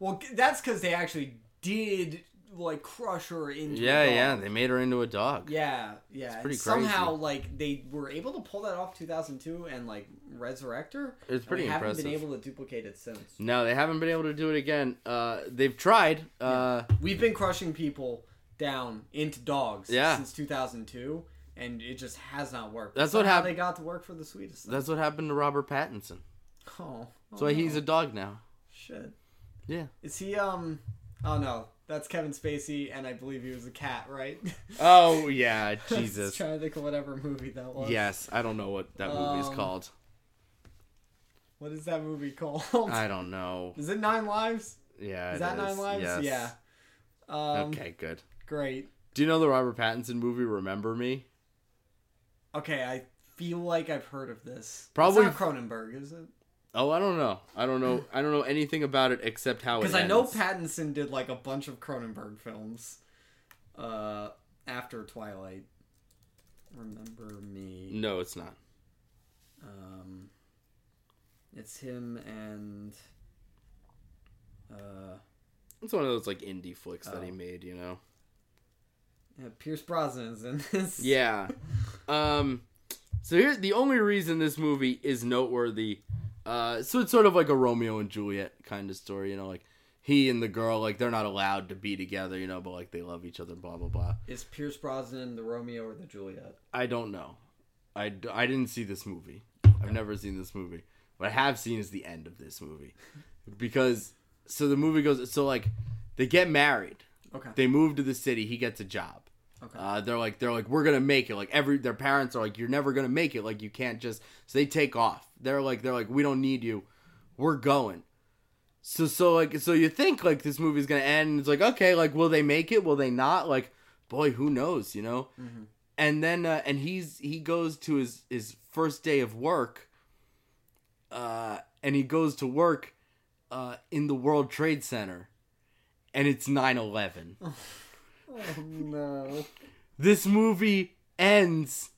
S2: Well, g- that's because they actually did like crush her into.
S1: yeah,
S2: a dog.
S1: yeah, they made her into a dog.
S2: Yeah, yeah. and
S1: pretty
S2: somehow, like they were able to pull that off 2002 and like resurrect her.
S1: It's
S2: and
S1: pretty
S2: we haven't been
S1: impressive. Mm-hmm.
S2: able to duplicate it since.
S1: No, they haven't been able to do it again. Uh, they've tried. Uh,
S2: We've been crushing people down into dogs
S1: Yeah.
S2: since 2002, and it just has not worked.
S1: That's what
S2: Somehow
S1: hap-
S2: They got to work for the sweetest. Thing.
S1: That's what happened to Robert Pattinson.
S2: Oh, oh,
S1: So he's
S2: no.
S1: a dog now.
S2: shit.
S1: Yeah.
S2: Is he um? Oh no, that's Kevin Spacey, and I believe he was a cat, right?
S1: Oh yeah,
S2: Just trying to think of whatever movie that was.
S1: Yes, I don't know what that movie's
S2: Um,
S1: called.
S2: What is that movie called?
S1: I don't know.
S2: is it Nine Lives?
S1: Yeah.
S2: Is
S1: it
S2: that Nine
S1: is.
S2: Lives?
S1: Yes.
S2: Yeah. Um,
S1: okay, good.
S2: Great.
S1: Do you know the Robert Pattinson movie Remember Me?
S2: Okay, I feel like I've heard of this.
S1: Probably-
S2: it's not Cronenberg, is it?
S1: Oh, I don't know. I don't know. I don't know anything about it except how it.
S2: Because I know
S1: ends.
S2: Pattinson did like a bunch of Cronenberg films uh, after Twilight. Remember me.
S1: No, it's not.
S2: Um, It's him and uh,
S1: It's one of those like indie flicks that he
S2: Oh.
S1: made, you know.
S2: yeah, Pierce Brosnan's in this.
S1: Yeah. Um so here the only reason this movie is noteworthy uh so it's sort of like a Romeo and Juliet kind of story, you know, like he and the girl like they're not allowed to be together, you know, but like they love each other blah blah blah.
S2: Is Pierce Brosnan the Romeo or the Juliet?
S1: I don't know. I, d- I didn't see this movie. I've never seen this movie. What I have seen is the end of this movie. Because, so the movie goes, so like, they get married.
S2: Okay.
S1: They move to the city. He gets a job.
S2: Okay.
S1: Uh, they're like, they're like, we're gonna make it. Like every, their parents are like, you're never gonna make it. Like you can't just. So they take off. They're like, they're like, we don't need you. We're going. So so like so you think like this movie's gonna end. and It's like okay, like will they make it? Will they not? Like boy, who knows? You know.
S2: Mhm.
S1: And then uh, and he's he goes to his his first day of work. Uh, and he goes to work, uh, in the World Trade Center, and it's 9-11
S2: oh no.
S1: this movie ends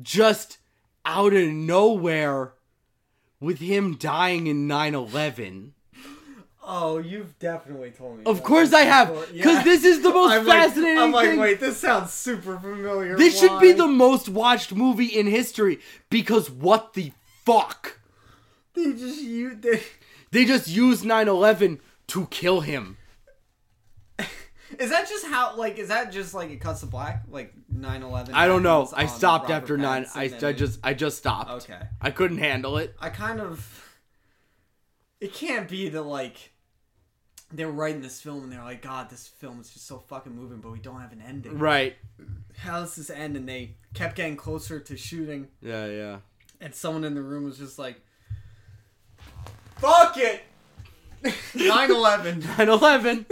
S1: just out of nowhere with him dying in 9-11
S2: Oh, you've definitely told me.
S1: of
S2: about
S1: course
S2: this
S1: i have
S2: before.
S1: because
S2: Yeah.
S1: this is the most
S2: I'm like-
S1: fascinating
S2: I'm like,
S1: thing
S2: wait, this sounds super familiar.
S1: this should be
S2: Why?
S1: the most watched movie in history because what the fuck
S2: They just you they.
S1: they just used 9-11 to kill him
S2: Is that just how like is that just like it cuts to black like 9/11?
S1: i don't know
S2: happens
S1: i
S2: on
S1: stopped
S2: Robert
S1: after 9
S2: Pattinson
S1: I,
S2: and
S1: I
S2: it-
S1: just i just stopped
S2: okay.
S1: i couldn't handle it
S2: I kind of it can't be that like they're writing this film and they're like God this film is just so fucking moving but we don't have an ending.
S1: right
S2: How does this end? And they kept getting closer to shooting
S1: yeah yeah
S2: and someone in the room was just like, "Fuck it." 9/11.
S1: 9 11.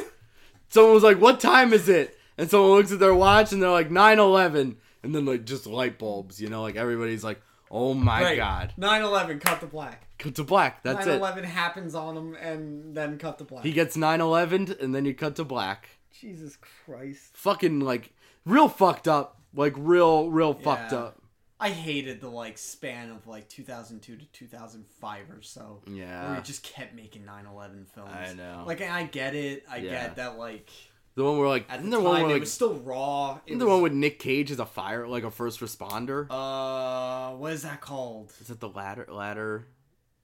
S1: Someone was like, What time is it? And someone looks at their watch and they're like, 9 11. And then, like, just light bulbs, you know, like everybody's like, Oh my
S2: Right.
S1: God.
S2: 9/11. Cut the black.
S1: Cut to black. That's it.
S2: 9/11 happens on him and then cut the black.
S1: He gets 9 11 and then you cut to black.
S2: Jesus Christ.
S1: Fucking, like, real fucked up. Like, real, real fucked
S2: Yeah.
S1: up.
S2: I hated the like span of like 2002 to 2005 or so. Where we
S1: Yeah.
S2: just kept making 9/11 films.
S1: I know.
S2: Like and I get it. I
S1: Yeah.
S2: get that like
S1: The one where, like,
S2: at
S1: isn't
S2: the
S1: there
S2: time
S1: one where,
S2: it
S1: like,
S2: was still raw. It
S1: isn't there
S2: was-
S1: one with Nick Cage as a fire, like a first responder?
S2: uh what is that called?
S1: is it the ladder? Ladder?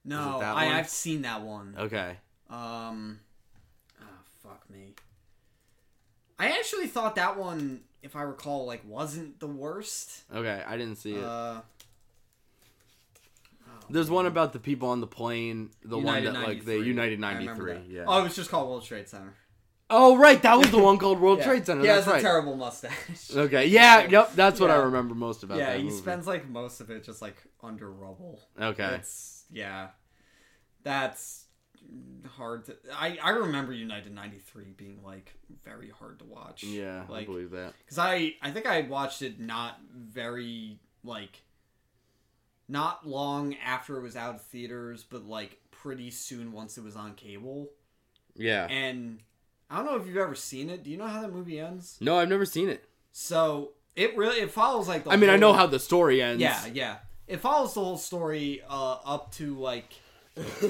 S2: No,
S1: that
S2: I
S1: one?
S2: I've seen that one.
S1: Okay.
S2: Um oh, fuck me. I actually thought that one if I recall like wasn't the worst.
S1: Okay. I didn't see it.
S2: Uh
S1: There's one about the people on the plane, the
S2: United
S1: one that like the
S2: 93.
S1: United
S2: I remember
S1: 93.
S2: that.
S1: Yeah.
S2: Oh, it was just called World Trade Center.
S1: Oh, right, that was the one called World Trade Center.
S2: Yeah,
S1: that's
S2: it's a
S1: right.
S2: terrible mustache.
S1: okay, yeah, yep, that's what I
S2: Yeah.
S1: remember most about
S2: yeah,
S1: that
S2: he
S1: movie.
S2: spends like most of it just like under rubble.
S1: okay,
S2: It's yeah, that's hard. To, I I remember United '93 being like very hard to watch.
S1: yeah, I
S2: like
S1: believe that.
S2: because I I think I watched it not very like not long after it was out of theaters, but like pretty soon once it was on cable.
S1: Yeah.
S2: And I don't know if you've ever seen it. Do you know how that movie ends?
S1: no, I've never seen it.
S2: So it really it follows like the
S1: I mean, I
S2: whole-
S1: know how the story ends.
S2: yeah yeah it follows the whole story uh, up to like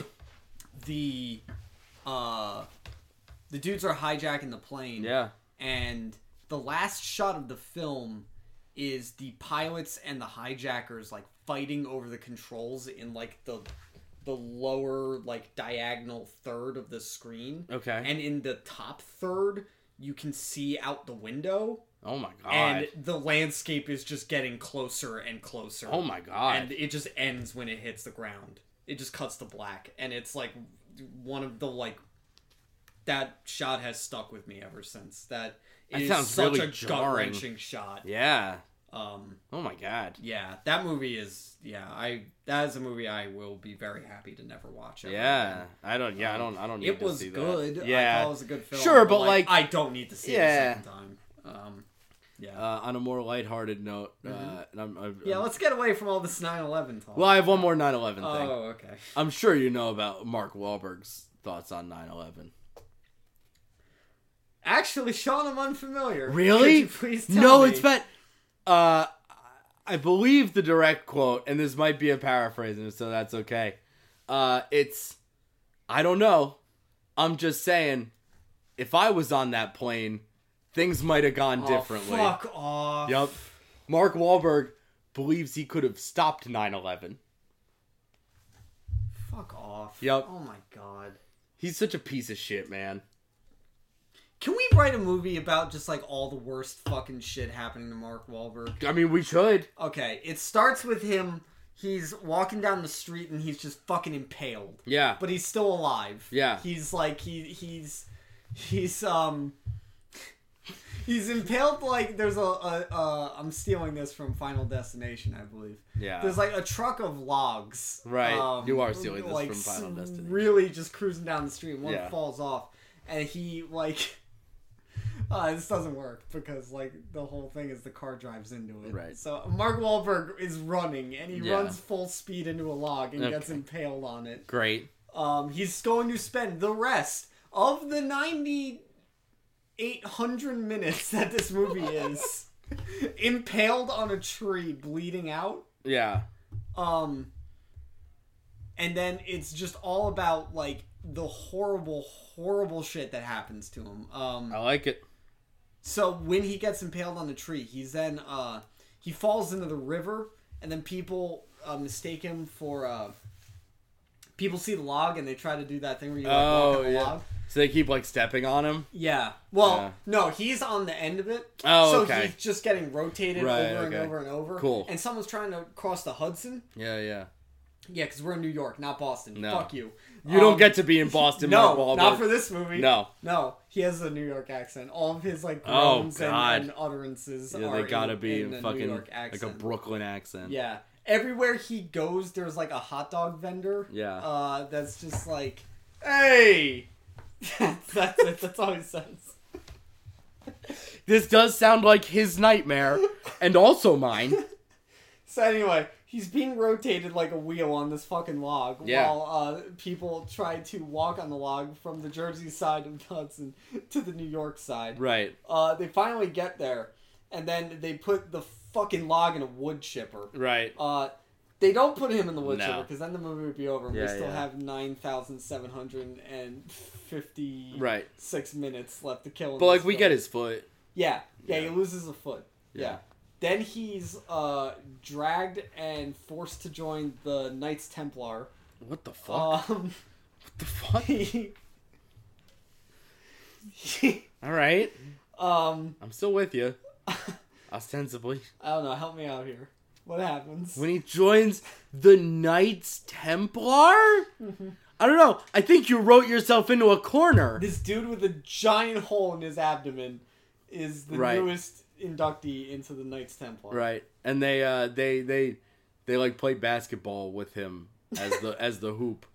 S2: the uh the dudes are hijacking the plane
S1: yeah,
S2: and the last shot of the film is the pilots and the hijackers like fighting over the controls in like the the lower like diagonal third of the screen
S1: Okay.
S2: and in the top third you can see out the window
S1: oh my god.
S2: and the landscape is just getting closer and closer
S1: oh my god.
S2: and it just ends when it hits the ground. It just cuts to black, and it's like one of the like that shot has stuck with me ever since. That,
S1: That
S2: is
S1: sounds
S2: such
S1: really
S2: a
S1: jarring.
S2: gut wrenching shot.
S1: yeah.
S2: Um,
S1: Oh my god.
S2: yeah, that movie is yeah. I that is a movie I will be very happy to never watch. ever
S1: Yeah.
S2: again.
S1: I don't. Yeah, I don't. I don't need
S2: it
S1: to
S2: was
S1: see that.
S2: good. I thought it
S1: Yeah.
S2: was a good film.
S1: Sure, but, like-
S2: I don't need to see it
S1: Yeah.
S2: a second time. Um, yeah,
S1: Uh, on a more lighthearted note, uh, and I'm, I'm,
S2: Mm-hmm. yeah. Let's get away from all this 9-11 talk.
S1: well, I have one more 9/11 thing.
S2: oh, okay.
S1: I'm sure you know about Mark Wahlberg's thoughts on 9/11.
S2: Actually, Sean, I'm unfamiliar.
S1: Really?
S2: Could you please tell
S1: no,
S2: me?
S1: it's bad. Uh, I believe the direct quote, and this might be a paraphrasing, so that's okay. Uh, it's, I don't know. I'm just saying, if I was on that plane, things might have gone differently.
S2: Oh, fuck off.
S1: Yep. Mark Wahlberg believes he could have stopped 9 11.
S2: Fuck off.
S1: Yep.
S2: Oh my god.
S1: He's such a piece of shit, man.
S2: Can we write a movie about just like all the worst fucking shit happening to Mark Wahlberg?
S1: I mean, we should.
S2: Okay, it starts with him. He's walking down the street and he's just fucking impaled.
S1: Yeah.
S2: But he's still alive.
S1: Yeah.
S2: He's like he he's he's um he's impaled like there's a, a uh I'm stealing this from Final Destination, I believe.
S1: Yeah.
S2: There's like a truck of logs. um,
S1: Right. You are stealing this from Final
S2: s-
S1: Destination.
S2: Really just cruising down the street. One
S1: Yeah.
S2: falls off and he like uh, this doesn't work because like the whole thing is the car drives into it.
S1: Right.
S2: So Mark Wahlberg is running and he
S1: Yeah.
S2: runs full speed into a log and gets
S1: Okay.
S2: impaled on it.
S1: Great.
S2: Um, he's going to spend the rest of the 9,800 minutes that this movie is impaled on a tree, bleeding out.
S1: Yeah.
S2: Um, and then it's just all about like the horrible, horrible shit that happens to him. Um,
S1: I like it.
S2: so when he gets impaled on the tree, he's then uh, he falls into the river, and then people uh, mistake him for uh, people see the log and they try to do that thing where you like, walk
S1: Oh,
S2: on the
S1: yeah.
S2: log.
S1: So they keep, like, stepping on him?
S2: Yeah. Well,
S1: Yeah.
S2: no, he's on the end of it.
S1: Oh,
S2: so
S1: okay.
S2: he's just getting rotated
S1: Right,
S2: over and
S1: okay.
S2: over and over.
S1: Cool.
S2: And someone's trying to cross the Hudson.
S1: Yeah, yeah.
S2: Yeah, because we're in New York, not Boston.
S1: No.
S2: Fuck you.
S1: You don't
S2: Um,
S1: get to be in Boston,
S2: no,
S1: Mark Wahlberg.
S2: not for this movie.
S1: No.
S2: no. He has a New York accent. All of his like
S1: Oh,
S2: groans
S1: God.
S2: and, and utterances
S1: Yeah,
S2: are
S1: they gotta
S2: in,
S1: be
S2: in
S1: in,
S2: a New
S1: fucking like
S2: York
S1: a
S2: accent.
S1: Brooklyn accent.
S2: yeah, everywhere he goes, there's like a hot dog vendor.
S1: Yeah.
S2: uh, that's just like, hey, that's it. That's all he says.
S1: This does sound like his nightmare, and also mine.
S2: So anyway, he's being rotated like a wheel on this fucking log
S1: Yeah.
S2: while uh, people try to walk on the log from the Jersey side of the Hudson to the New York side.
S1: Right,
S2: Uh, they finally get there, and then they put the fucking log in a wood chipper.
S1: right.
S2: Uh, they don't put him in the wood
S1: Mm. No.
S2: chipper because then the movie would be over. and we
S1: Yeah,
S2: still
S1: yeah.
S2: have nine thousand seven hundred and fifty
S1: Right.
S2: six minutes left to kill. in
S1: But like
S2: this
S1: we
S2: film.
S1: get his foot.
S2: Yeah, yeah,
S1: Yeah.
S2: he loses a foot. Yeah.
S1: Yeah.
S2: Then he's uh, dragged and forced to join the Knights Templar.
S1: What the fuck?
S2: Um,
S1: what the fuck?
S2: he, he,
S1: Alright.
S2: um,
S1: I'm still with you. Ostensibly.
S2: I don't know. Help me out here. What happens?
S1: When he joins the Knights Templar?
S2: Mm-hmm.
S1: I don't know. I think you wrote yourself into a corner.
S2: this dude with a giant hole in his abdomen is the
S1: Right.
S2: newest inductee into the Knights Templar.
S1: Right. And they uh they they they like play basketball with him as the as the hoop.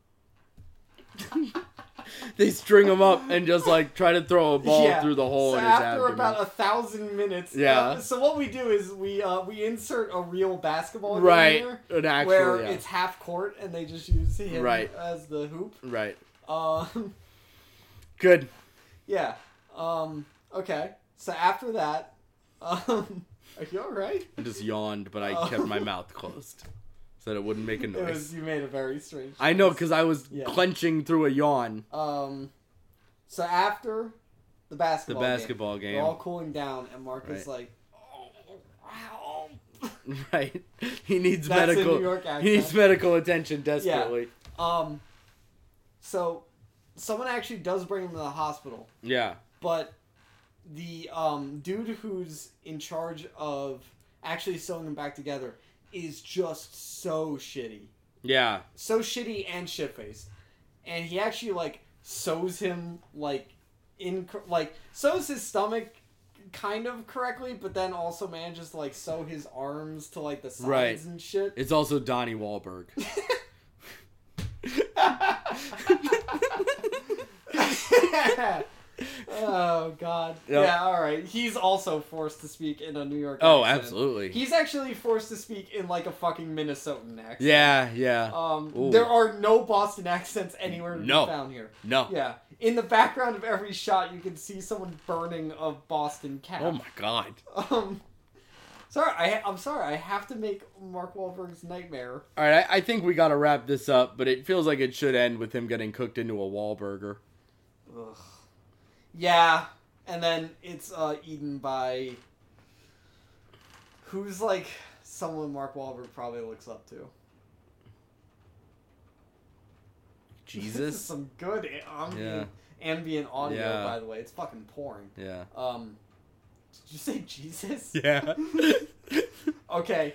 S1: they string him up and just like try to throw a ball through the hole
S2: So
S1: in his
S2: after
S1: abdomen.
S2: about a thousand minutes,
S1: Yeah.
S2: uh, so what we do is we uh, we insert a real basketball game
S1: right.
S2: here,
S1: An actual
S2: where
S1: yeah.
S2: it's half court and they just use him
S1: Right.
S2: as the hoop.
S1: Right.
S2: Um,
S1: Good.
S2: yeah. Um, okay. So after that, um, are you all right?
S1: I just yawned, but I
S2: Oh.
S1: kept my mouth closed so that it wouldn't make a
S2: It
S1: noise.
S2: was you made a very strange.
S1: I know cuz I was
S2: Yeah.
S1: clenching through a yawn.
S2: Um, so after the
S1: The
S2: basketball,
S1: basketball
S2: game,
S1: game.
S2: they're all cooling down, and Mark is like, "Oh, wow."
S1: Right. He needs
S2: That's a
S1: medical
S2: New York
S1: He needs
S2: accent.
S1: medical attention desperately.
S2: Um, so someone actually does bring him to the hospital,
S1: Yeah.
S2: but the um, dude who's in charge of actually sewing him back together is just so shitty,
S1: Yeah.
S2: so shitty and shit faced, and he actually like sews him like in like sews his stomach kind of correctly, but then also manages to like sew his arms to like the sides
S1: Right.
S2: and shit.
S1: It's also Donnie Wahlberg.
S2: oh god.
S1: Yep.
S2: Yeah, all right. He's also forced to speak in a New York
S1: Oh,
S2: accent.
S1: absolutely.
S2: He's actually forced to speak in like a fucking Minnesotan accent.
S1: yeah, yeah.
S2: Um
S1: Ooh.
S2: there are no Boston accents anywhere to
S1: No.
S2: be found here.
S1: no.
S2: Yeah. In the background of every shot you can see someone burning a Boston cap.
S1: Oh my god.
S2: Um Sorry, I, I'm sorry. I have to make Mark Wahlberg's nightmare.
S1: All right, I, I think we got to wrap this up, but it feels like it should end with him getting cooked into a Wahlburger.
S2: Ugh. Yeah, and then it's uh, eaten by who's like someone Mark Wahlberg probably looks up to. This is
S1: Jesus.
S2: some good a-
S1: Yeah.
S2: ambient, ambient audio,
S1: Yeah.
S2: by the way. It's fucking pouring.
S1: Yeah.
S2: Um, did you say Jesus?
S1: Yeah.
S2: okay,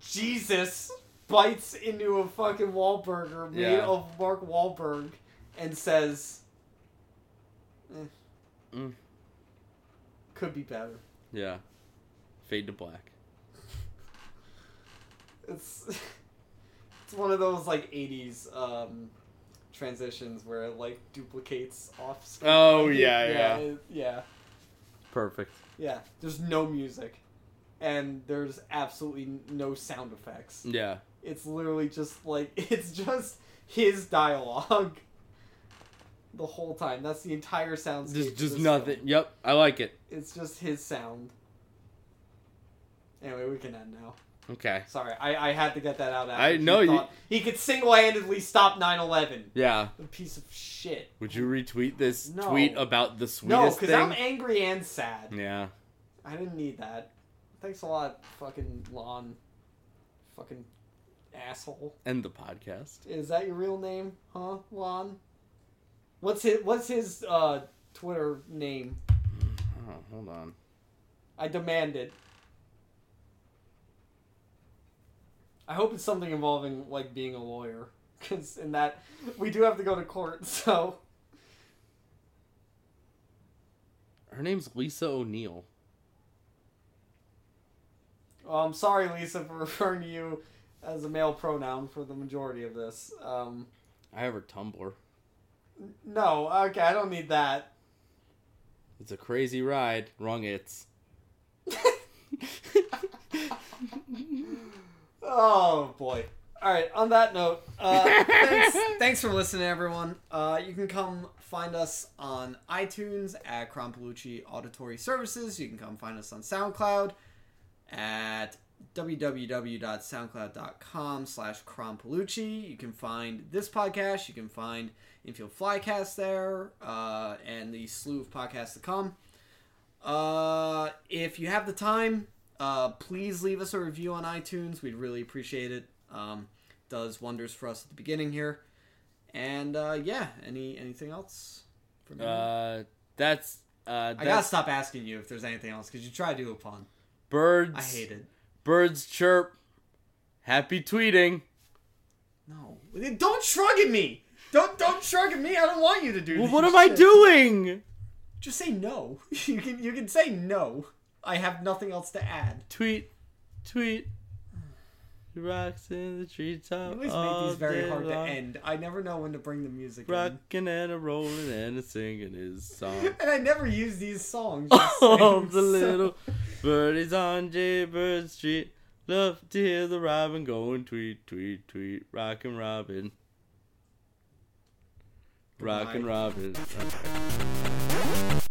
S2: Jesus bites into a fucking Wahlburger made
S1: Yeah.
S2: of Mark Wahlberg and says, eh,
S1: Mm.
S2: "Could be better."
S1: yeah. Fade to black.
S2: It's it's one of those like '80s um, transitions where it like duplicates off screen.
S1: Oh, yeah, yeah.
S2: yeah, it- yeah.
S1: Perfect.
S2: Yeah, there's no music, and there's absolutely n- no sound effects.
S1: Yeah.
S2: It's literally just like it's just his dialogue the whole time. That's the entire soundscape.
S1: Just
S2: of
S1: just
S2: this
S1: nothing.
S2: film.
S1: Yep. I like it.
S2: It's just his sound. Anyway, we can end now.
S1: Okay.
S2: Sorry, I, I had to get that out. After
S1: I
S2: he
S1: know you-
S2: thought He could single-handedly stop 9/11.
S1: Yeah.
S2: A piece of shit.
S1: Would you retweet this
S2: No.
S1: tweet about the sweetest
S2: No, because
S1: thing?
S2: I'm angry and sad.
S1: Yeah.
S2: I didn't need that. Thanks a lot, fucking Lon. Fucking asshole.
S1: End the podcast.
S2: Is that your real name, huh, Lon? What's his What's his uh, Twitter name?
S1: Oh, hold on.
S2: I demand it. I hope it's something involving like being a lawyer, because in that we do have to go to court. So
S1: Her name's Lisa O'Neill.
S2: well, I'm sorry, Lisa, for referring to you as a male pronoun for the majority of this. Um,
S1: I have her Tumblr.
S2: no, okay, I don't need that.
S1: It's a crazy ride. Wrong it's.
S2: Oh boy. All right. On that note, uh, thanks, thanks for listening, everyone. Uh, you can come find us on iTunes at Crampolucci Auditory Services. You can come find us on SoundCloud at www.soundcloud.com slash Crampolucci. You can find this podcast. You can find Infield Flycast there uh, and the slew of podcasts to come. Uh, if you have the time, uh, please leave us a review on iTunes. We'd really appreciate it. Um, does wonders for us at the beginning here. And uh, yeah, any anything else? From you?
S1: Uh, that's uh,
S2: I gotta
S1: that's
S2: stop asking you if there's anything else because you try to do a pun.
S1: birds.
S2: I hate it.
S1: Birds chirp. Happy tweeting.
S2: No, don't shrug at me. Don't don't shrug at me. I don't want you to do.
S1: Well,
S2: this
S1: what am I
S2: shit.
S1: doing?
S2: Just say no. You can you can say no. I have nothing else to add.
S1: Tweet, tweet. Rocks in the treetop.
S2: You always make
S1: all
S2: these very
S1: day
S2: hard to
S1: long.
S2: end. I never know when to bring the music in.
S1: Rockin' and a rollin' and a singin' his song.
S2: And I never use these songs.
S1: Oh, the
S2: So-
S1: little birdies on Jaybird Street love to hear the robin going tweet, tweet, tweet. Rockin' Robin. Rockin'
S2: Goodbye.
S1: Robin.